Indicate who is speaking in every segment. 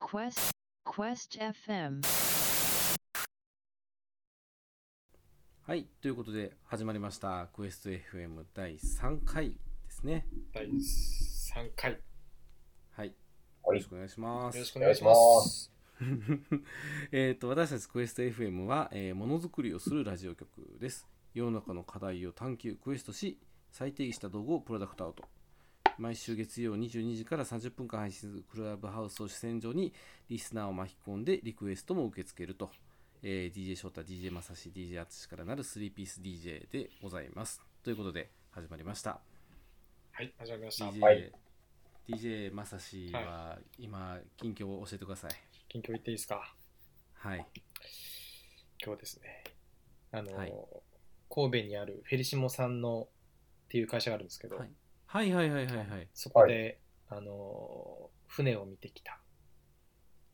Speaker 1: Quest Quest FM
Speaker 2: はい、ということで始まりましたクエスト FM 第3回ですね。
Speaker 3: 第3回。よ
Speaker 2: はい、よ
Speaker 4: は
Speaker 2: ろ
Speaker 4: い
Speaker 2: しくお願いします。
Speaker 3: ろしくお
Speaker 4: お
Speaker 3: 願い
Speaker 4: 願い
Speaker 3: し
Speaker 4: し
Speaker 3: ま
Speaker 4: ますす。
Speaker 2: えー、と私たちクエスト FM は、えーものづくりをするラジオ局です。世の中の課題を探求、クエストし、再定義した道具をプロダクトアウト。毎週月曜22時から30分間配信するクラブハウスを主戦場にリスナーを巻き込んでリクエストも受け付けると、えー DJ 翔太、DJ まさし、DJ あつしからなる3ピース DJ でございます。ということで始まりました。
Speaker 3: はい、始まりました。
Speaker 2: DJ、
Speaker 4: はい
Speaker 2: DJ まさしは今、近況を教えてください。
Speaker 3: 近況言っていいですか
Speaker 2: はい。
Speaker 3: 今日ですね。あの、
Speaker 2: はい
Speaker 3: 神戸にあるフェリシモさんのっていう会社があるんですけど、
Speaker 2: はいはいはいはいはいはい。
Speaker 3: そこで、あの、船を見てきた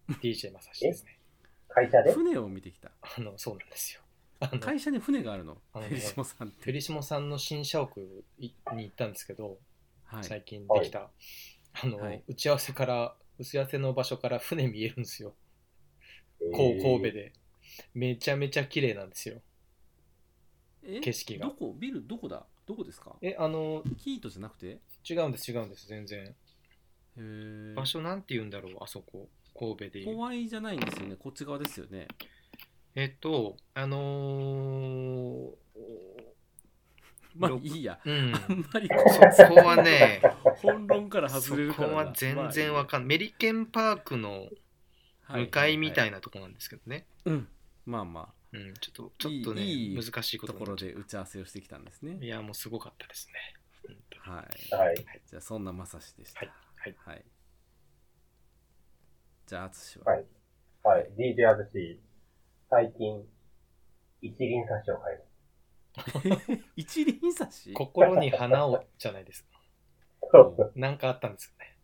Speaker 3: DJ まさし ですね。
Speaker 4: 会社で
Speaker 2: 船を見てきた。
Speaker 3: あの、そうなんですよ。あの、フ
Speaker 2: 会社に船があるの。
Speaker 3: あの
Speaker 2: フェリシモさんって。
Speaker 3: ェリシモさんの新社屋に行ったんですけど、
Speaker 2: はい。
Speaker 3: 最近できた、あの、
Speaker 2: はい
Speaker 3: 打ち合わせから、打ち合わせの場所から船見えるんですよ。こう神戸
Speaker 4: で。
Speaker 3: で。めちゃめちゃ綺麗なんですよ。
Speaker 2: え
Speaker 3: 景色が
Speaker 2: どこビルどこだどこですか
Speaker 3: え、あの、
Speaker 2: キートじゃなくてへ
Speaker 3: 違うんです、違うんです、全然。
Speaker 2: え。
Speaker 3: 場所なんて言うんだろう、あそこ、神戸でいう。
Speaker 2: 怖いじゃないんですよね。こっち側ですよね。
Speaker 3: えっと、あのー、
Speaker 2: まあ
Speaker 3: ど
Speaker 2: いいや。
Speaker 3: うん、
Speaker 2: あんまり
Speaker 3: そこはね、
Speaker 2: 本論から
Speaker 3: そ
Speaker 2: 外れるか
Speaker 3: こ
Speaker 2: らな。
Speaker 3: は全然わかんない。メリケンパークの向かいみたいなとこなんですけどね。
Speaker 2: な。うん。まあま
Speaker 3: うん、ちょっと、ちょっとね、
Speaker 2: いいいい
Speaker 3: 難しい
Speaker 2: あ、
Speaker 3: ことと
Speaker 2: こ
Speaker 3: にな
Speaker 2: ろ
Speaker 3: っちゃ
Speaker 2: で打ち合わせをしてきたんですね
Speaker 3: う。い。や、もうすごかったですね。本当に
Speaker 2: はい。
Speaker 4: はい。
Speaker 2: じゃあそんなまさしでした。
Speaker 3: はいはい
Speaker 2: じゃあ、あつしは。
Speaker 4: はい。はい。DJ アズシ、最近、一輪差しを買いまし
Speaker 2: 一輪差し
Speaker 3: 心に花をじゃないですか。
Speaker 4: た。そうそう。
Speaker 3: なんかあったんですよね。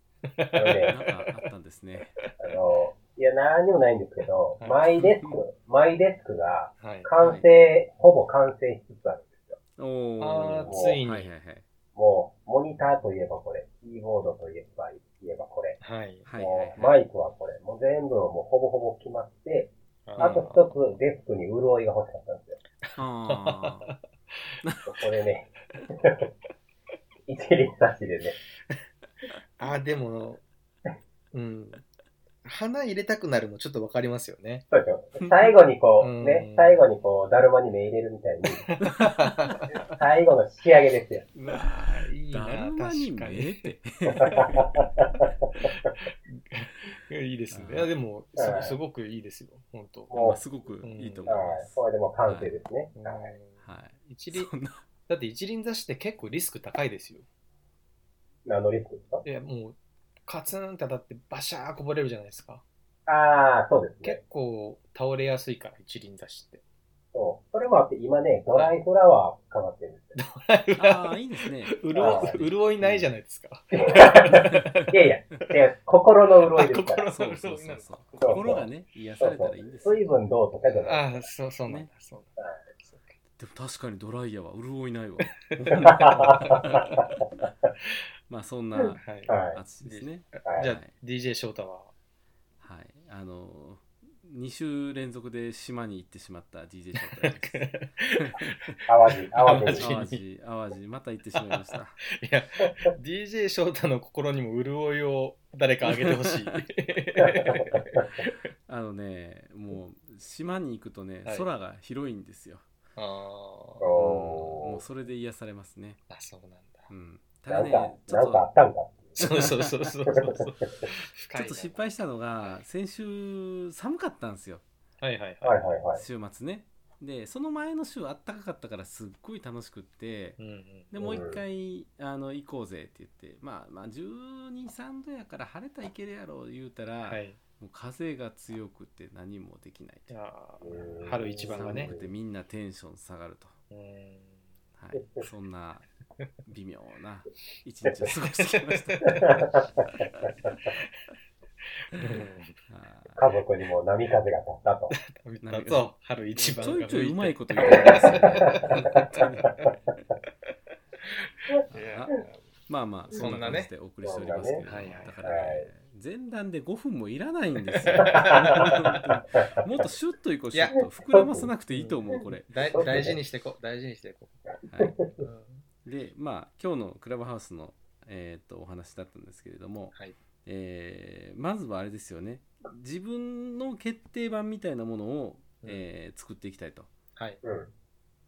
Speaker 4: あ
Speaker 2: な
Speaker 4: の
Speaker 2: ん
Speaker 4: ね、
Speaker 2: かあったんですね。
Speaker 4: あの、いや、なんにもないんですけど、
Speaker 3: はい
Speaker 4: マイデスク、マイデスクが
Speaker 3: はい。
Speaker 4: 完成、ほぼ完成しつつある。
Speaker 2: お
Speaker 3: あ
Speaker 2: ー
Speaker 3: ー、ついに。
Speaker 2: は
Speaker 3: はいい。
Speaker 2: はいはい。
Speaker 4: もう、モニターといえばこれ、キーボードといえば、言えばこれ、
Speaker 3: はい。
Speaker 2: はい
Speaker 4: もう
Speaker 2: はいはい。
Speaker 4: マイクはこれ、もう全部もうほぼほぼ決まって、あと
Speaker 3: ー
Speaker 4: 一つデスクに潤いが欲しかったんですよ。
Speaker 2: あー
Speaker 4: こ れね、一輪差しでね、
Speaker 3: あ、でも、うん。花入れたくなるのちょっとわかりますよね。
Speaker 4: そうでしょ。最後にこ
Speaker 3: うん
Speaker 4: う、ね、最後にこう、だるまに目入れるみたいに、 最後の仕上げですよ。
Speaker 3: うわあ いいな、
Speaker 2: だるまに目
Speaker 3: 確か
Speaker 2: っ
Speaker 3: に。
Speaker 2: て。
Speaker 3: いいですね。
Speaker 2: あー
Speaker 3: いや、でも
Speaker 4: はい
Speaker 3: す、すごくいいですよ、本当。
Speaker 2: ま
Speaker 4: も
Speaker 2: あ
Speaker 4: う、
Speaker 2: すごくいいと思い
Speaker 4: はい
Speaker 2: ま、す。
Speaker 4: これでもう完成ですね。
Speaker 3: うん
Speaker 4: はい
Speaker 2: は
Speaker 3: 一
Speaker 2: い。
Speaker 3: 輪
Speaker 2: そんな
Speaker 3: だって一輪挿しって結構リスク高いですよ。
Speaker 4: 何のリスクですか
Speaker 3: いや、もう、カツンって当たってバシャーこぼれるじゃないですか。
Speaker 4: ああ、そうですね
Speaker 3: 結。構倒れやすいから、一輪挿しって。
Speaker 4: そう。それもあって、今ね、ドライフラワーかかってるんですよ。
Speaker 2: ああ、いいですね。
Speaker 3: う
Speaker 4: あ
Speaker 3: ろ
Speaker 4: ー
Speaker 3: う潤いないじゃないですか。
Speaker 4: いやいや、いや心の潤いですから。
Speaker 3: 心
Speaker 2: そう
Speaker 3: の
Speaker 2: そ
Speaker 3: 潤
Speaker 2: う
Speaker 3: い
Speaker 2: そう
Speaker 3: な
Speaker 2: んそ
Speaker 3: です
Speaker 2: う
Speaker 3: か。。
Speaker 4: そう
Speaker 2: 心がね、癒されたらいいんですよ。
Speaker 4: 水分どうとかじゃない。
Speaker 3: ああ、そう、そうなんだ、そうなんだ。そうか
Speaker 2: でも確かにドライヤーは潤いないわ。 まあそんな
Speaker 3: はい。
Speaker 4: はい。
Speaker 2: 淳ですね。
Speaker 4: はい
Speaker 3: じゃあ
Speaker 2: はい
Speaker 3: DJ 翔太は
Speaker 2: はい。あのー、2週連続で島に行ってしまった DJ ショットです。
Speaker 4: 淡路、淡
Speaker 3: 淡
Speaker 4: 路
Speaker 3: 路
Speaker 4: に。
Speaker 2: 淡路、淡路、また行ってしまいました。
Speaker 3: いや DJ 翔太の心にも潤いを誰かあげてほしい
Speaker 2: あのね、もう島に行くとね、
Speaker 3: はい
Speaker 2: 空が広いんですよ。
Speaker 3: あー
Speaker 2: も
Speaker 4: お
Speaker 2: うそれで癒されますね。
Speaker 3: あそうなんだ
Speaker 2: うん。
Speaker 4: ー
Speaker 2: ただ
Speaker 4: なん
Speaker 2: ね
Speaker 4: か、、
Speaker 2: ち
Speaker 4: な
Speaker 2: ょっ
Speaker 4: んかあ
Speaker 2: と
Speaker 4: っ。たんか。
Speaker 3: そうそうそうそうそう
Speaker 2: ちょっと失敗したのが先週寒かったんですよ
Speaker 3: はいはいはい、
Speaker 4: はいはい はい。
Speaker 2: 週末ねでその前の週あったかかったからすっごい楽しくって
Speaker 3: うんうん、
Speaker 2: でもう一回あの行こうぜって言ってまあまあ1 2 3度やから晴れたらいけるやろ言うたら、
Speaker 3: はい
Speaker 2: もう風が強くて何もできない
Speaker 3: い
Speaker 2: と
Speaker 3: や
Speaker 4: うん
Speaker 3: 春一番がね
Speaker 2: 寒くてみんなテンション下がると、
Speaker 3: ーうん
Speaker 2: はい、そんな微妙な一日を過ごしてきましたはい
Speaker 4: 家族にも波風が立ったと。
Speaker 3: うんだと春一
Speaker 2: ち
Speaker 3: 番
Speaker 2: ょい
Speaker 3: が
Speaker 2: ちょ
Speaker 3: 吹
Speaker 2: いうまい
Speaker 3: て
Speaker 2: こと言ってますよね本当に
Speaker 3: いや
Speaker 2: あまあまあ、そ
Speaker 3: そ
Speaker 2: ん
Speaker 3: ん
Speaker 2: な感
Speaker 3: なね
Speaker 2: じでお送りしておりますけれども、
Speaker 3: はいはい
Speaker 2: だからね、
Speaker 4: はい
Speaker 2: 前段で5分もいらないんですよ 本当 にもっとシュッといこう
Speaker 3: い
Speaker 2: シュ
Speaker 3: や
Speaker 2: ッと膨らませなくていいと思うこれ、
Speaker 3: 大大事にしていこう大事にしていこ
Speaker 2: はい、
Speaker 3: う、うん
Speaker 2: でまあ今日のクラブハウスの、えー、とお話だったんですけれども、
Speaker 3: はい
Speaker 2: えーまずはあれですよね自分の決定版みたいなものを、
Speaker 3: うん
Speaker 2: えー作っていきたいと、
Speaker 3: はい、
Speaker 4: うん。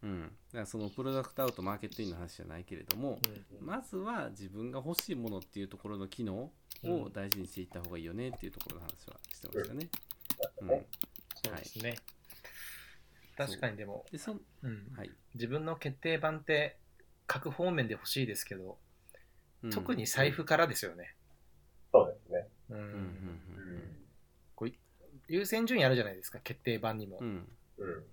Speaker 2: うん、だからそのプロダクトアウトマーケットインの話じゃないけれども、
Speaker 3: うん
Speaker 2: まずは自分が欲しいものっていうところの機能を大事にしていった方がいいよねっていうところの話はしてましたね。うん
Speaker 3: そうですね、確かにでも、
Speaker 2: でそん
Speaker 3: うん
Speaker 2: はい
Speaker 3: 自分の決定版って各方面で欲しいですけど、
Speaker 2: うん
Speaker 3: 特に財布からですよね、
Speaker 4: そうですね。
Speaker 3: うん
Speaker 2: うんうん
Speaker 3: 優先順位あるじゃないですか決定版にも、
Speaker 2: うんうん
Speaker 4: うん。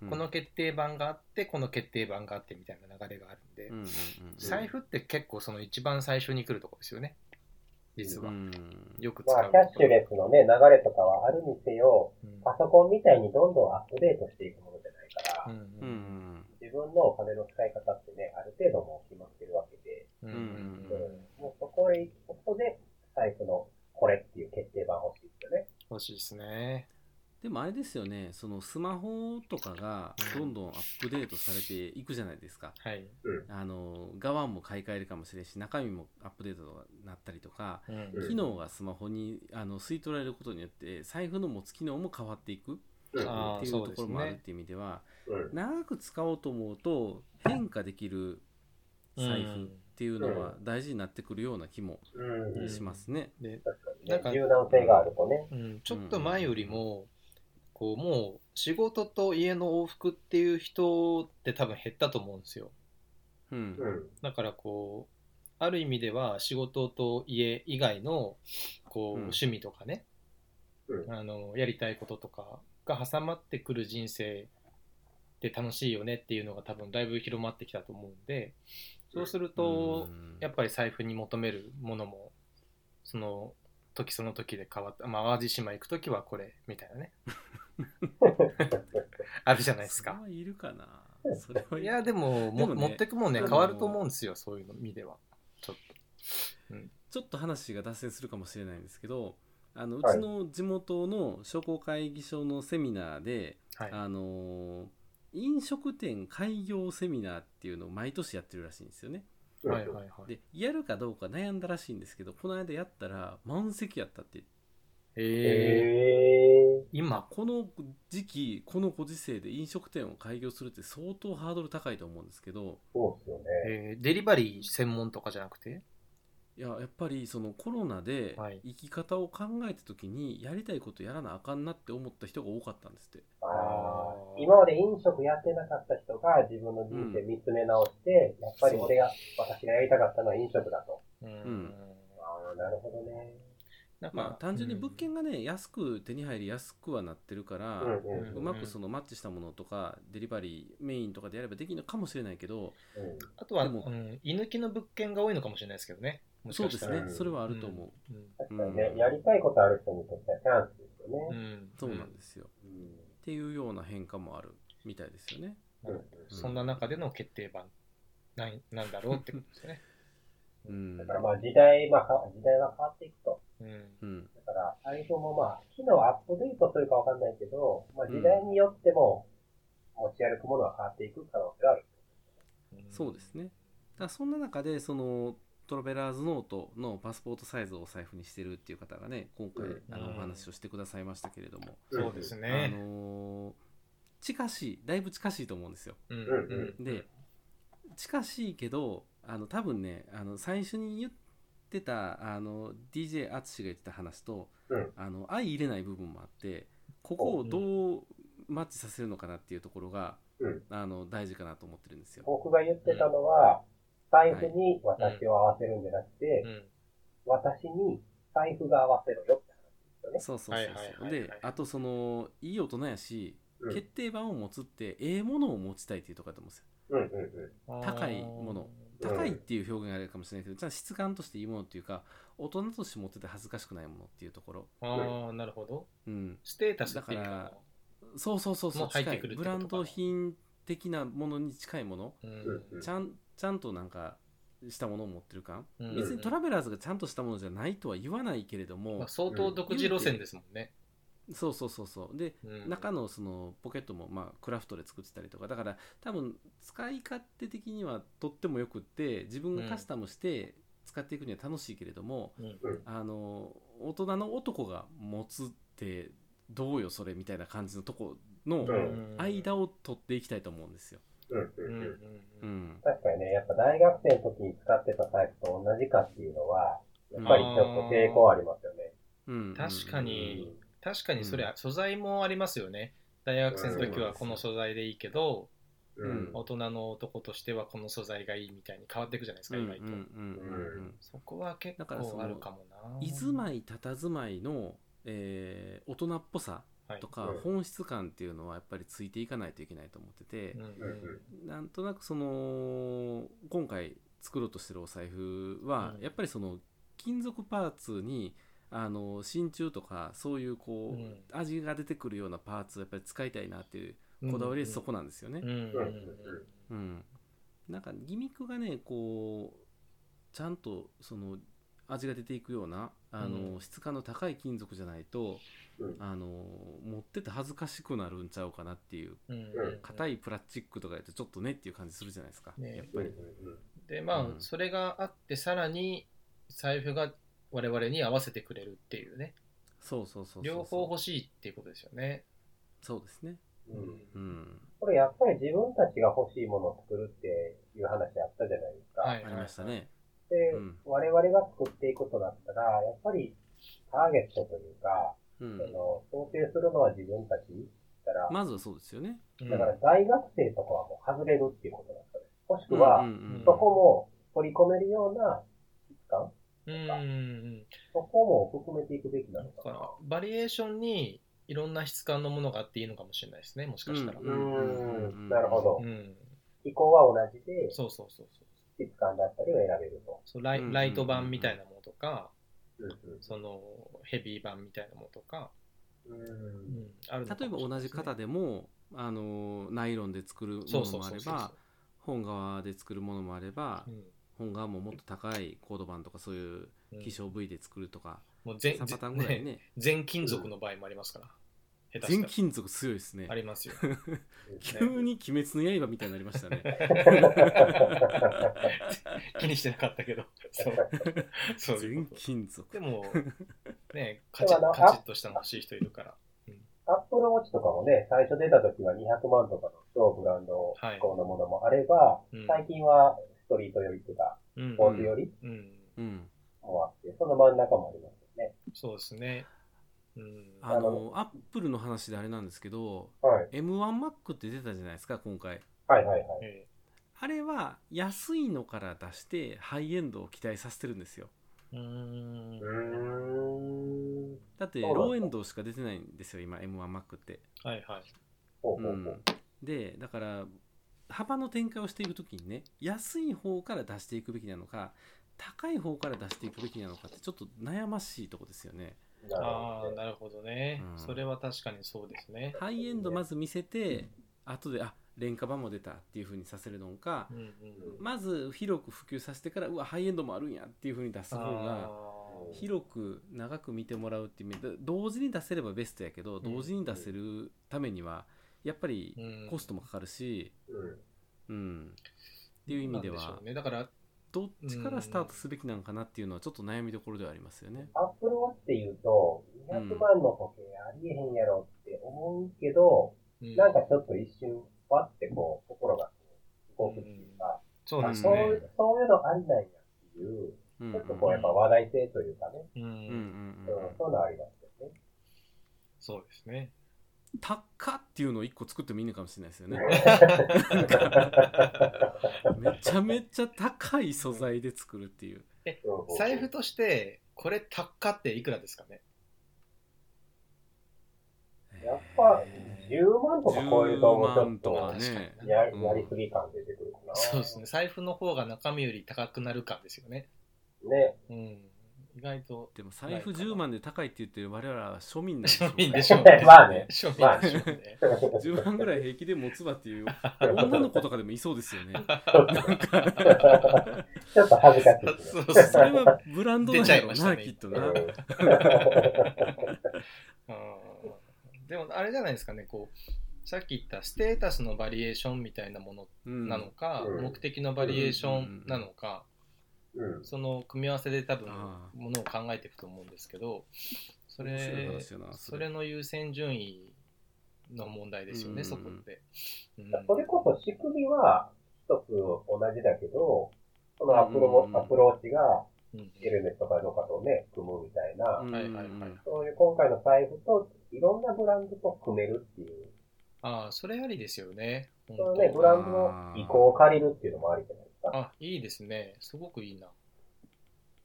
Speaker 2: うん
Speaker 3: この決定版があってこの決定版があってみたいな流れがあるんで、
Speaker 2: うんうんうん
Speaker 3: 財布って結構その一番最初に来るところですよね実は、
Speaker 2: うん
Speaker 3: よく使う
Speaker 4: まあ、
Speaker 3: と
Speaker 4: キャッシュレスのね、流れとかはあるにせよ、
Speaker 3: うん
Speaker 4: パソコンみたいにどんどんアップデートしていくものじゃないから、
Speaker 3: うん
Speaker 2: うんうん
Speaker 4: 自分のお金の使い方ってね、ある程度もう決まってるわけで、
Speaker 3: うん
Speaker 2: うん
Speaker 4: うんもうそこへ行くことで、財布のこれっていう決定版欲しいですよね。
Speaker 3: 欲しいですね
Speaker 2: でもあれですよねそのスマホとかがどんどんアップデートされていくじゃないですか。
Speaker 3: はい、
Speaker 2: あの側も買い替えるかもしれんし中身もアップデートになったりとか
Speaker 3: うん
Speaker 4: うん
Speaker 2: 機能がスマホにあの吸い取られることによって財布の持つ機能も変わっていく
Speaker 4: うん
Speaker 2: っ
Speaker 3: あー
Speaker 2: ていうと
Speaker 3: そう
Speaker 2: こ
Speaker 3: ですね
Speaker 2: ろもあるっていう意味では
Speaker 4: うん。
Speaker 2: 長く使おうと思うと変化できる財布っていうのは大事になってくるような気も
Speaker 4: うん。
Speaker 3: うん
Speaker 2: しますね。
Speaker 3: で、
Speaker 4: 確かに
Speaker 3: な
Speaker 4: ね
Speaker 3: んか
Speaker 4: 柔軟性があるとね。
Speaker 3: うん、ちょっと前よりも、こうもう仕事と家の往復っていう人って多分減ったと思うんですよ
Speaker 2: うん
Speaker 4: うん。
Speaker 3: だからこうある意味では仕事と家以外のこう、
Speaker 2: うん
Speaker 3: 趣味とかね、
Speaker 4: うん
Speaker 3: あのやりたいこととかが挟まってくる人生で楽しいよねっていうのが多分だいぶ広まってきたと思うんでそうすると、
Speaker 2: うん
Speaker 3: やっぱり財布に求めるものもその時その時で変わった、まあ、淡路島行く時はこれみたいな ねあるじゃないですか
Speaker 2: それはいるかな。それはい
Speaker 3: やでも
Speaker 2: で
Speaker 3: も
Speaker 2: もね
Speaker 3: 持ってくもんね
Speaker 2: あの
Speaker 3: 変わると思うんですよそういうの意味ではちょっ
Speaker 2: ちょっと話が脱線するかもしれないんですけどあのう
Speaker 4: はい
Speaker 2: ちの地元の商工会議所のセミナーで、
Speaker 3: とはい
Speaker 2: あのー飲食店開業セミナーっていうのを毎年やってるらしいんですよね。
Speaker 4: うん
Speaker 3: はいはいはい
Speaker 2: でやるかどうか悩んだらしいんですけどこの間やったら満席やったって
Speaker 3: えー、
Speaker 4: へ
Speaker 3: 今
Speaker 2: この時期このご時世で飲食店を開業するって相当ハードル高いと思うんですけど
Speaker 4: ーそうですよね。
Speaker 3: えーデリバリー専門とかじゃなくて
Speaker 2: いややっぱりそのコロナで
Speaker 3: はい
Speaker 2: 生き方を考えた時にやりたいことやらなあかんなって思った人が多かったんですって。
Speaker 4: あー
Speaker 3: ー
Speaker 4: 今まで飲食やってなかった人が自分の人生見つめ直して、やっぱり俺が、私がやりたかったのは飲食だと。
Speaker 3: うん、
Speaker 2: ん
Speaker 4: ああ、なるほどね。
Speaker 3: なんか
Speaker 2: まあ、単純に物件がね、安く手に入り安くはなってるから、
Speaker 4: うん
Speaker 2: う
Speaker 4: うん
Speaker 3: うん
Speaker 4: うん。
Speaker 2: まくそのマッチしたものとかデリバリーメインとかでやればできるのかもしれないけど
Speaker 3: あとは、う
Speaker 2: でも
Speaker 3: ん、居抜きの物件が多いのかもしれないですけどね。もし
Speaker 2: そう
Speaker 3: か
Speaker 2: で
Speaker 3: し
Speaker 2: す
Speaker 3: たら
Speaker 2: ねそれはあると思う、
Speaker 3: うん
Speaker 4: 確かに
Speaker 2: う
Speaker 4: ね
Speaker 2: ん、
Speaker 4: やりたいことある人にとってはチャンスですよ
Speaker 3: う
Speaker 4: ね。
Speaker 3: ん
Speaker 2: そうなんですよ、っていうような変化もあるみたいですよね
Speaker 4: うんうん
Speaker 3: うんそんな中での決定版なんなんだろうってことですよ ね。
Speaker 2: うん
Speaker 4: だからまあ時代、まあか時代は変わっていくと。
Speaker 3: うん
Speaker 2: うん
Speaker 4: だから、相性もまあ、機能アップデートするかわかんないけど、まあ時代によっても持ち歩くものは変わっていく可能性がある。
Speaker 2: そうですねだからそんな中でそのトラベラーズノートのパスポートサイズをお財布にしてるっていう方がね今回
Speaker 4: うん
Speaker 2: あの
Speaker 3: うん
Speaker 2: お話をしてくださいましたけれども、
Speaker 3: そうです
Speaker 2: あ
Speaker 3: ね。
Speaker 2: のー近しいだいぶ近しいと思うんですよ
Speaker 3: うん
Speaker 4: うんうん
Speaker 2: で近しいけどあの多分ねあの最初に言ってたあの DJ 淳が言ってた話と、
Speaker 4: うん
Speaker 2: あの相入れない部分もあってここをどうマッチさせるのかなっていうところが、
Speaker 4: うん
Speaker 2: あの大事かなと思ってるんですよ。
Speaker 4: 僕が言ってたのは、財布に私を合わせるんじゃなくて、
Speaker 3: うん
Speaker 4: 私に財布が合わせろよってね
Speaker 2: そうそうそう
Speaker 3: はいはいはい
Speaker 2: そ
Speaker 3: は
Speaker 2: う
Speaker 3: い
Speaker 2: であとそのいい大人やし、
Speaker 4: 話。
Speaker 2: 決定版を持つってええものを持ちたいっていうところだと思うんですよ。
Speaker 4: うんうんうん
Speaker 2: 高いもの
Speaker 4: うん
Speaker 2: 高いっていう表現があるかもしれないけどじゃあ質感としていいものっていうか大人として持ってて恥ずかしくないものっていうところ。
Speaker 3: あーあー、なるほど。
Speaker 2: うん、
Speaker 3: ステータスっていう
Speaker 2: だ
Speaker 3: か
Speaker 2: か、そうそうそうそ
Speaker 3: も
Speaker 2: う
Speaker 3: う入って
Speaker 2: 近い
Speaker 3: くるってこ
Speaker 2: ブ
Speaker 3: とか
Speaker 2: ランド品的なものに近いもの
Speaker 3: うん
Speaker 4: うん
Speaker 2: ちゃんちゃんとなんかしたものを持ってる感、
Speaker 3: うん
Speaker 2: 別にトラベラーズがちゃんとしたものじゃないとは言わないけれども、
Speaker 3: まあ、相当独自路線ですもんね。
Speaker 2: そうそうそうそうで
Speaker 3: うん
Speaker 2: 中のそのポケットもまあクラフトで作ってたりとかだから多分使い勝手的にはとってもよくって自分がカスタムして使っていくには楽しいけれども、
Speaker 3: うん
Speaker 2: あの大人の男が持つってどうよそれみたいな感じのとこの
Speaker 4: うん
Speaker 2: 間を取っていきたいと思うんですよ。
Speaker 4: うん
Speaker 3: う
Speaker 4: うんん
Speaker 3: う
Speaker 4: うん
Speaker 3: んう
Speaker 2: うんん、
Speaker 4: 確かにね、やっぱ大学生の時に使ってた財布と同じかっていうのは、やっぱりちょっと抵抗ありますよね。
Speaker 2: うん、
Speaker 3: 確かに
Speaker 4: う
Speaker 3: 確かにそれ、
Speaker 2: う
Speaker 3: 素材もありますよね。大学生の時はこの素材でいいけど、
Speaker 2: うん
Speaker 4: ん
Speaker 3: 大人の男としてはこの素材がいいみたいに変わっていくじゃないです
Speaker 2: う
Speaker 3: か、
Speaker 2: ん、
Speaker 3: 意外と。
Speaker 2: うんうんうんうん
Speaker 3: そこは結
Speaker 2: だからそ
Speaker 3: 構
Speaker 2: の
Speaker 3: あるかもな。
Speaker 2: 居住まい佇まいの、えー大人っぽさとか
Speaker 4: はい
Speaker 2: 本質感っていうのはやっぱりついていかないといけないと思ってて
Speaker 3: うん、うん
Speaker 4: うんうん
Speaker 2: なんとなくその今回作ろうとしてるお財布は
Speaker 3: うん
Speaker 2: やっぱりその金属パーツにあの真鍮とかそういうこう、
Speaker 3: うん
Speaker 2: 味が出てくるようなパーツをやっぱり使いたいなっていう
Speaker 3: うん
Speaker 2: こだわりはそこなんですよね
Speaker 3: うん。うんうん
Speaker 2: う。ん、なんかギミックがねこうちゃんとその味が出ていくようなあの、
Speaker 3: うん
Speaker 2: 質感の高い金属じゃないと、
Speaker 4: うん
Speaker 2: あの持ってて恥ずかしくなるんちゃうかなっていう
Speaker 3: うん
Speaker 4: うん
Speaker 2: 硬いプラスチックとかやとちょっとねっていう感じするじゃないですか、
Speaker 3: ね
Speaker 2: やっ
Speaker 4: うん
Speaker 2: ぱり。
Speaker 3: でまあ、
Speaker 2: うん
Speaker 3: それがあってさらに財布が我々に合わせてくれるっていうね
Speaker 2: そうそうそうそう
Speaker 3: 両方欲しいっていうことですよね。
Speaker 2: そうですね
Speaker 4: うんうん
Speaker 2: うん
Speaker 4: これやっぱり自分たちが欲しいものを作るっていう話あったじゃないですか。
Speaker 3: はい
Speaker 2: ありましたね
Speaker 4: で、
Speaker 2: うん
Speaker 4: 我々が作っていくことだったら、やっぱりターゲットというか、
Speaker 2: うん
Speaker 4: その想定するのは自分たちだから、
Speaker 2: まずはそうですよね
Speaker 3: うん
Speaker 4: だから大学生とかはもう外れるっていうことなんですよね。もしくは、
Speaker 2: うんうんうん
Speaker 4: そこも取り込めるような質感、
Speaker 3: うんうんうん
Speaker 4: そこも含めていくべきなの
Speaker 3: だ
Speaker 4: か
Speaker 3: か
Speaker 4: な
Speaker 3: ら。バリエーションにいろんな質感のものがあっていいのかもしれないですねもしかしたら。
Speaker 2: う
Speaker 4: う
Speaker 2: うん
Speaker 4: ー
Speaker 2: うん
Speaker 4: ん、なるほど
Speaker 3: う。ん
Speaker 4: 機構は同じで、
Speaker 3: そうそうそうそう
Speaker 4: 質感だったりを選べると。
Speaker 3: そうライ,、
Speaker 2: うん
Speaker 3: ライト版みたいなものとか
Speaker 4: うん
Speaker 3: そのヘビー版みたいなものとか、
Speaker 4: う
Speaker 3: う
Speaker 4: んうん
Speaker 3: ん、あるのか
Speaker 2: 例えば
Speaker 3: もしれ
Speaker 2: 同
Speaker 3: ない
Speaker 2: じ
Speaker 3: ですね
Speaker 2: 型でもあのナイロンで作るも
Speaker 3: そう
Speaker 2: の
Speaker 3: そう
Speaker 2: もあ
Speaker 3: そ
Speaker 2: れ
Speaker 3: うそう
Speaker 2: ば本革で作るものもあれば
Speaker 3: うん
Speaker 2: 本革ももっと高いコード版とかそういう
Speaker 3: うん
Speaker 2: 希少部位で作るとか
Speaker 3: もう全
Speaker 2: 3パターンぐらいね
Speaker 3: 全金属の場合もありますから、下手し
Speaker 2: 全
Speaker 3: たら
Speaker 2: 金属強いですね
Speaker 3: あ りますよ。
Speaker 2: 急に「鬼滅の刃」みたいになりましたね
Speaker 3: 気にしてなかったけど。そう そうい
Speaker 2: 全
Speaker 3: うこと
Speaker 2: 金属
Speaker 3: でも、ね、カチッ
Speaker 4: でもあの
Speaker 3: カチッとしたの欲しい人いるから。
Speaker 4: アップルウォッチとかもね、最初出た時は200万とかの超ブランド
Speaker 3: はい
Speaker 4: このものもあれば、
Speaker 3: うん
Speaker 4: 最近はストリート寄りっていうか、
Speaker 3: うん
Speaker 4: スポーツ寄り
Speaker 3: うん、
Speaker 2: うん
Speaker 4: もあって、その真ん中もありますよね。
Speaker 3: そうですね。うん、
Speaker 2: あのアップルの話であれなんですけど
Speaker 4: はい。
Speaker 2: M1Mac って出たじゃないですか今回
Speaker 4: はいはいはい。
Speaker 3: え
Speaker 2: あれは安いのから出してハイエンドを期待させてるんですよ
Speaker 3: えうん
Speaker 4: うーん。
Speaker 2: だって
Speaker 4: そうなんだ
Speaker 2: ローエンドしか出てないんですよ今 M1Mac って
Speaker 3: はいはい。
Speaker 4: ほ
Speaker 2: う
Speaker 4: うほうほ
Speaker 2: ん
Speaker 4: う。、
Speaker 2: でだから幅の展開をしていく時にね安い方から出していくべきなのか高い方から出していくべきなのかってちょっと悩ましいとこですよね
Speaker 4: なる
Speaker 3: あ
Speaker 4: ほ
Speaker 3: あ、
Speaker 4: どね。
Speaker 3: なるほどね、
Speaker 2: うん
Speaker 3: それは確かにそうですね。
Speaker 2: ハイエンドまず見せて後であ廉価版も出たっていう風にさせるのか
Speaker 3: うんうんうん、
Speaker 2: まず広く普及させてからうわハイエンドもあるんやっていう風に出す方
Speaker 3: あ
Speaker 2: が広く長く見てもらうっていう意味で同時に出せればベストやけど
Speaker 3: ん
Speaker 2: 同時に出せるためにはやっぱり
Speaker 3: ーうん
Speaker 2: コストもかかるし、
Speaker 4: うん
Speaker 2: うん、っていう意味で
Speaker 3: なんし
Speaker 2: は
Speaker 3: ょうね、だから、
Speaker 2: どっちからスタートすべきなのかなっていうのはちょっと悩みどころではありますよね。
Speaker 4: アップルウォッチって言うと、200万の時計ありえへんやろって思うけど、
Speaker 3: うん
Speaker 4: なんかちょっと一瞬、わってこう、心が動くっていうか、
Speaker 3: そう
Speaker 4: あ
Speaker 3: です
Speaker 4: そうい
Speaker 3: ね。
Speaker 4: うそういうのありなんやっていう、
Speaker 2: うんう
Speaker 4: ちょ
Speaker 2: ん
Speaker 4: っとこうやっぱ話題性というかね、
Speaker 3: うん
Speaker 2: うんうん
Speaker 4: う
Speaker 2: うん
Speaker 4: ん、そういうのありますよね。
Speaker 3: そうですね。
Speaker 2: 高っっていうのを1個作ってもいいのかもしれないですよね。めちゃめちゃ高い素材で作るっていう。
Speaker 4: うん
Speaker 3: 財布として、これ、高っっていくらですかね
Speaker 4: やっぱ、10万とか超えると思うち
Speaker 2: 10
Speaker 4: ょ
Speaker 2: 万
Speaker 4: っ
Speaker 2: とか
Speaker 4: と、
Speaker 2: ね。
Speaker 4: やや
Speaker 2: うん
Speaker 4: りすぎ感出てくるかな。
Speaker 3: そうですね。財布の方が中身より高くなる感ですよね。
Speaker 4: ね。。
Speaker 3: うん。意外と
Speaker 2: でも財布10万で高いって言ってる我々は庶民なんでしょ
Speaker 3: 庶民で
Speaker 2: し
Speaker 3: しょうね
Speaker 4: まあね
Speaker 3: 庶民でしょうね。
Speaker 2: 10万ぐらい平気で持つわっていう 女の子とかでもいそうですよねなんか
Speaker 4: ちょっと恥ずかしいです
Speaker 3: そ
Speaker 4: ね。
Speaker 3: うです
Speaker 2: そ れ
Speaker 3: ね。
Speaker 2: はブランドなんだろう
Speaker 3: 出ちゃいました
Speaker 2: な、
Speaker 3: ね
Speaker 2: きっと
Speaker 4: う
Speaker 2: な。
Speaker 4: ん
Speaker 3: うんでもあれじゃないですかね、こう、さっき言ったステータスのバリエーションみたいなもの
Speaker 2: うん
Speaker 3: なのか、
Speaker 4: うん
Speaker 3: 目的のバリエーションなのか、
Speaker 4: うん
Speaker 3: その組み合わせで多分
Speaker 2: あ
Speaker 3: ものを考えていくと思うんですけど、そ
Speaker 2: 面白い
Speaker 3: れ
Speaker 2: 話やなそ
Speaker 3: そ
Speaker 2: れ
Speaker 3: れの優先順位の問題ですよ
Speaker 2: うん
Speaker 3: ね、そこって。うん
Speaker 4: それこそ仕組みは一つ同じだけど、そのアプロ,、
Speaker 2: うん
Speaker 4: アプローチが
Speaker 3: うん
Speaker 4: エルメットかどうかとね、組むみたいな、
Speaker 2: うん
Speaker 3: はいはいはい
Speaker 4: そういう今回の財布といろんなブランドと組めるっていう、
Speaker 3: ああ、それありですよね。本
Speaker 4: その
Speaker 3: 当
Speaker 4: ね、ブランドの意向を借りるっていうのもありじゃないですか。
Speaker 3: あ、いいですね。すごくいいな。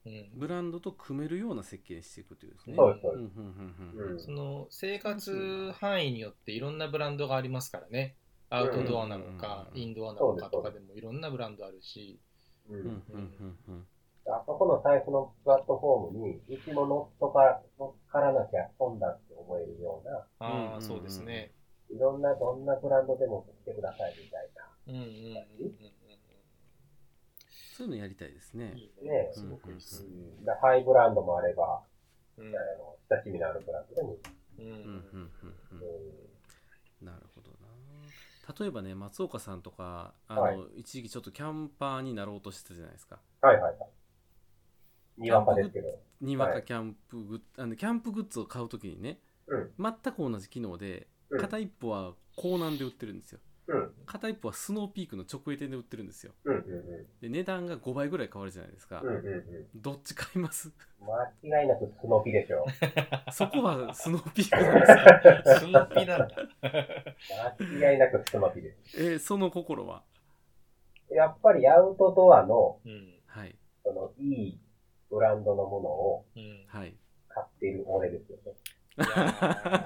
Speaker 3: うん。
Speaker 2: ブランドと組めるような設計にしていくということですね。
Speaker 4: そうです、そううんで
Speaker 2: うん
Speaker 4: す。うん
Speaker 3: その生活範囲によっていろんなブランドがありますからね。アウトドアなのか、
Speaker 2: うん
Speaker 3: インドアなのかとかでもいろんなブランドあるし。
Speaker 4: う
Speaker 2: うんうん
Speaker 4: ん
Speaker 2: うんうん
Speaker 4: あそこの財布のプラットフォームに、うちも乗っとか乗っからなきゃ損だって思えるような、
Speaker 2: うんうんうん
Speaker 3: ああ、そうですね。
Speaker 4: いろんなどんなブランドでも来てくださいみたいな。
Speaker 3: うんうんうんうんうん
Speaker 2: そういうのやりたいです
Speaker 3: うん。
Speaker 2: ね。
Speaker 3: いい
Speaker 4: ね
Speaker 3: ね。すごくいいっす
Speaker 4: う
Speaker 3: ね。
Speaker 4: ん、だハイブランドもあれば、
Speaker 3: うん
Speaker 4: あの親しみのあるブランドでもいい。
Speaker 3: うん
Speaker 2: うんうんうんうん
Speaker 4: う
Speaker 2: なるほどな。例えばね、松岡さんとか、あ
Speaker 4: はい
Speaker 2: の一時期ちょっとキャンパーになろうとしてたじゃないですか。
Speaker 4: んはいはいはい。にわかですけど。
Speaker 2: にわ
Speaker 4: は
Speaker 2: か
Speaker 4: い
Speaker 2: キャンプグッズ、あのキャンプグッズを買うときにね、
Speaker 4: うん
Speaker 2: 全く同じ機能で、
Speaker 4: うん
Speaker 2: 片一方は港南で売ってるんですよ。
Speaker 4: うん、
Speaker 2: 片一方はスノーピークの直営店で売ってるんですよ。
Speaker 4: うん、うん、
Speaker 2: で値段が5倍ぐらい変わるじゃないですか、
Speaker 4: うん。うん、う
Speaker 2: どっち買います
Speaker 4: ん。間違いなくスノピでしょ。
Speaker 2: そこはスノーピークなんですか
Speaker 3: スノピなんだ。
Speaker 4: 間違いなくスノピで
Speaker 2: えーその心は
Speaker 4: す。やっぱりアウトドアの、
Speaker 3: うん。
Speaker 2: はい
Speaker 4: その、いいブランドのものを
Speaker 3: うん。い
Speaker 2: はい
Speaker 4: 買っている俺ですよね。
Speaker 3: や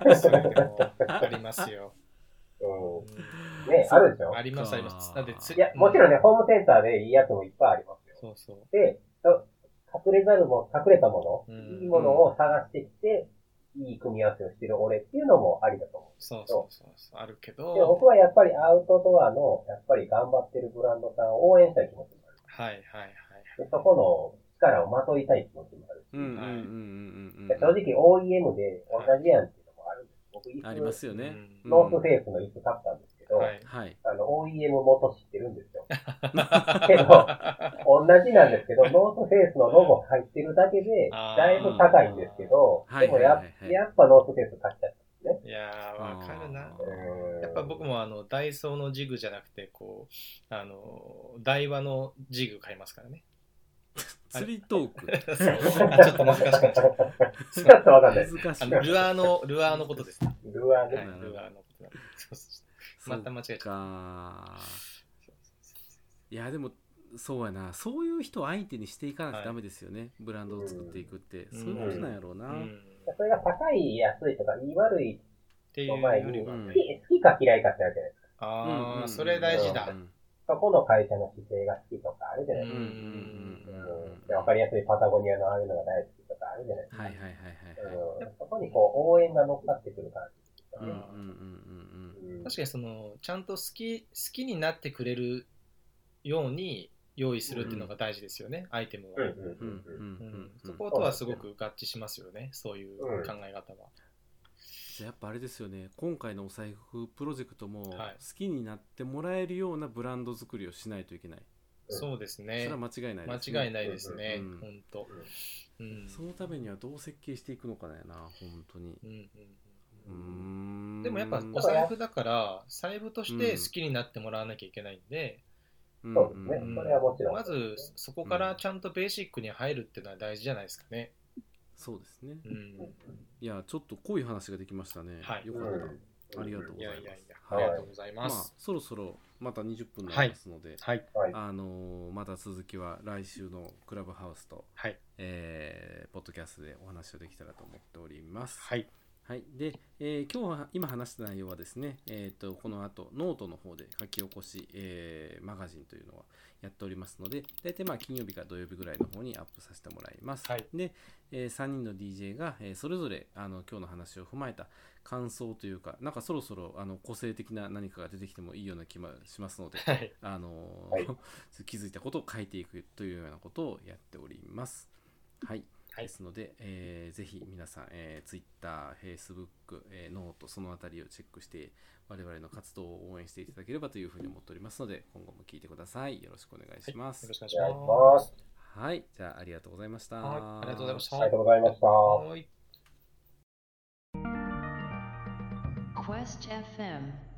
Speaker 3: ーそれでもありますよ。う
Speaker 4: うんん。ね、あるでしょ
Speaker 3: ありますあります。だってつ
Speaker 4: いや、もちろんね、
Speaker 3: う
Speaker 4: ホームセンターでいいやつもいっぱいありますよ。
Speaker 3: そうそう。
Speaker 4: で、と隠れざるも、隠れたもの、
Speaker 3: うん
Speaker 4: いいものを探してきて、いい組み合わせをしてる俺っていうのもありだと思
Speaker 3: そうそうそうそう。あるけ
Speaker 4: う。でも
Speaker 3: ど
Speaker 4: 僕、はやっぱりアウトドアの、やっぱり頑張ってるブランドさんを応援したい気持ちもあ
Speaker 3: はいはいはい。
Speaker 4: る。でそこの力をまといたい気持ちもある。
Speaker 2: うんうんうん
Speaker 3: はい
Speaker 2: うんうん
Speaker 4: で正直 OEM で同じやんっていうのもあるんです。僕、椅子
Speaker 2: ありますよね、
Speaker 3: う
Speaker 4: ノースフェイスの椅子買ったんですけど、
Speaker 3: はい。
Speaker 2: はい
Speaker 4: あの、OEM 元知ってるんです よ。けど、同じなんですけど、ノースフェイスのロゴ入ってるだけで、
Speaker 3: あー
Speaker 4: だいぶ高いんですけど、
Speaker 2: はい
Speaker 4: でもや,、
Speaker 2: はいはいはい
Speaker 4: やっぱノースフェイス買っちゃった。
Speaker 3: いやー、わかるな。
Speaker 2: あ
Speaker 4: うーん
Speaker 3: やっぱ僕 もあのダイソーのジグじゃなくて、こう、あの、ダイワのジグ買いますからね。
Speaker 2: 釣りトーク
Speaker 3: そうちょっと難しくなっちゃう。
Speaker 4: ちょっとわかんない。
Speaker 2: 難し
Speaker 3: あ
Speaker 2: い
Speaker 3: のルアーの、ルアーのことです。はい、
Speaker 4: ルアー
Speaker 3: ルア
Speaker 4: ね。
Speaker 3: ーのことなんで。そうそう
Speaker 2: そっ
Speaker 3: また間違えち
Speaker 2: か
Speaker 3: そ
Speaker 2: い
Speaker 3: う
Speaker 2: やでもそうやなそういう人を相手にしていかなき
Speaker 3: は
Speaker 2: ゃ
Speaker 3: い
Speaker 2: ダメですよね、ブランドを作っていくって、
Speaker 3: うん
Speaker 2: そういうことなんやろうな、
Speaker 3: うん。っ
Speaker 4: それが高い、安いとか、いい悪い
Speaker 3: ていう
Speaker 4: の前
Speaker 3: よ
Speaker 4: に、
Speaker 3: りは
Speaker 4: 好
Speaker 2: ん
Speaker 4: き好きか嫌いかってあるじゃないですか。
Speaker 2: うんうんうん
Speaker 3: あ
Speaker 2: うん
Speaker 3: あ、それ大事だ
Speaker 2: う。ん
Speaker 4: そこの会社の姿勢が好きとかあるじゃないで
Speaker 2: う
Speaker 4: す
Speaker 2: んう
Speaker 4: か
Speaker 2: んうんう
Speaker 4: うん
Speaker 2: うん
Speaker 4: んで。わかりやすいパタゴニアのああいうのが大好きとかあるじゃないです
Speaker 2: はいはいはい
Speaker 4: か。
Speaker 2: はいはい
Speaker 4: うんそこにこう、応援が乗っかってくる感
Speaker 2: う
Speaker 4: じ
Speaker 2: んう
Speaker 4: で
Speaker 2: ん
Speaker 4: すよね。
Speaker 2: うんうん
Speaker 4: うん
Speaker 3: 確かにそのちゃんと好き好きになってくれるように用意するっていうのが大事ですよね、アイテムは、
Speaker 4: うんうん
Speaker 2: う
Speaker 4: うんん
Speaker 2: う
Speaker 4: うん
Speaker 2: んう
Speaker 3: うん
Speaker 2: んうん
Speaker 3: そことはすごく合致しますよねそういう考え方は、
Speaker 2: じゃあやっぱあれですよね今回のお財布プロジェクトも好
Speaker 3: はい
Speaker 2: きになってもらえるようなブランド作りをしないといけない、
Speaker 4: うん
Speaker 3: そうです
Speaker 2: それ
Speaker 3: ね
Speaker 2: は間違いないです、ね、
Speaker 3: 間違いないですね
Speaker 2: うん
Speaker 3: 本当うん
Speaker 2: そのためにはどう設計していくのかだよな本当に
Speaker 3: うんうん
Speaker 2: うー
Speaker 4: うん
Speaker 2: ん
Speaker 3: でもやっぱお財布だから財布として好きになってもらわなきゃいけないんで、
Speaker 4: そうです
Speaker 2: ん
Speaker 4: ね。
Speaker 2: ん
Speaker 4: それはもちろん。
Speaker 3: まずそこからちゃんとベーシックに入るっていうのは大事じゃないですかね。
Speaker 2: そうですね
Speaker 3: うん、
Speaker 2: いやちょっと濃い話ができましたね、
Speaker 3: はい
Speaker 2: よか
Speaker 4: う
Speaker 2: っ
Speaker 4: ん、
Speaker 2: た、
Speaker 4: うん
Speaker 2: ありがとう
Speaker 3: いやいやいや、あ
Speaker 2: はい
Speaker 3: りがとうござい
Speaker 2: ま
Speaker 3: ま
Speaker 2: あ
Speaker 3: す。
Speaker 2: そろそろまた20分になりますので、
Speaker 3: はい、
Speaker 4: はい。
Speaker 2: あのーまた続きは来週のクラブハウスと、
Speaker 3: はい、
Speaker 2: えーポッドキャストでお話をできたらと思っております。
Speaker 3: はい。
Speaker 2: はい。で、えー今日は、今話した内容はですね、えっ、と、この後、ノートの方で書き起こし、えーマガジンというのはやっておりますので、大体まあ、金曜日から土曜日ぐらいの方にアップさせてもらいます。
Speaker 3: はい
Speaker 2: で、え3人の DJ が、えーそれぞれ、あの、今日の話を踏まえた感想というか、なんかそろそろ、あの、個性的な何かが出てきてもいいような気もしますので、
Speaker 3: はい。
Speaker 2: あのー
Speaker 4: はい
Speaker 2: 気づいたことを書いていくというようなことをやっております。はい。
Speaker 3: はい
Speaker 2: ですので、えーぜひ皆さん、えー、Twitter、Facebook、えーノート、そのあたりをチェックして、我々の活動を応援していただければというふうに思っておりますので、今後も聞いてください。よろしくお願いしま
Speaker 3: よ
Speaker 2: す
Speaker 3: ろ。しくお願いし
Speaker 4: お願いし
Speaker 3: ま
Speaker 4: ます。
Speaker 2: はい。じゃあ、ありがとうございました。
Speaker 3: す。はい。ありがとうございました。
Speaker 4: ありがとうございました。
Speaker 3: はい。
Speaker 1: Quest FM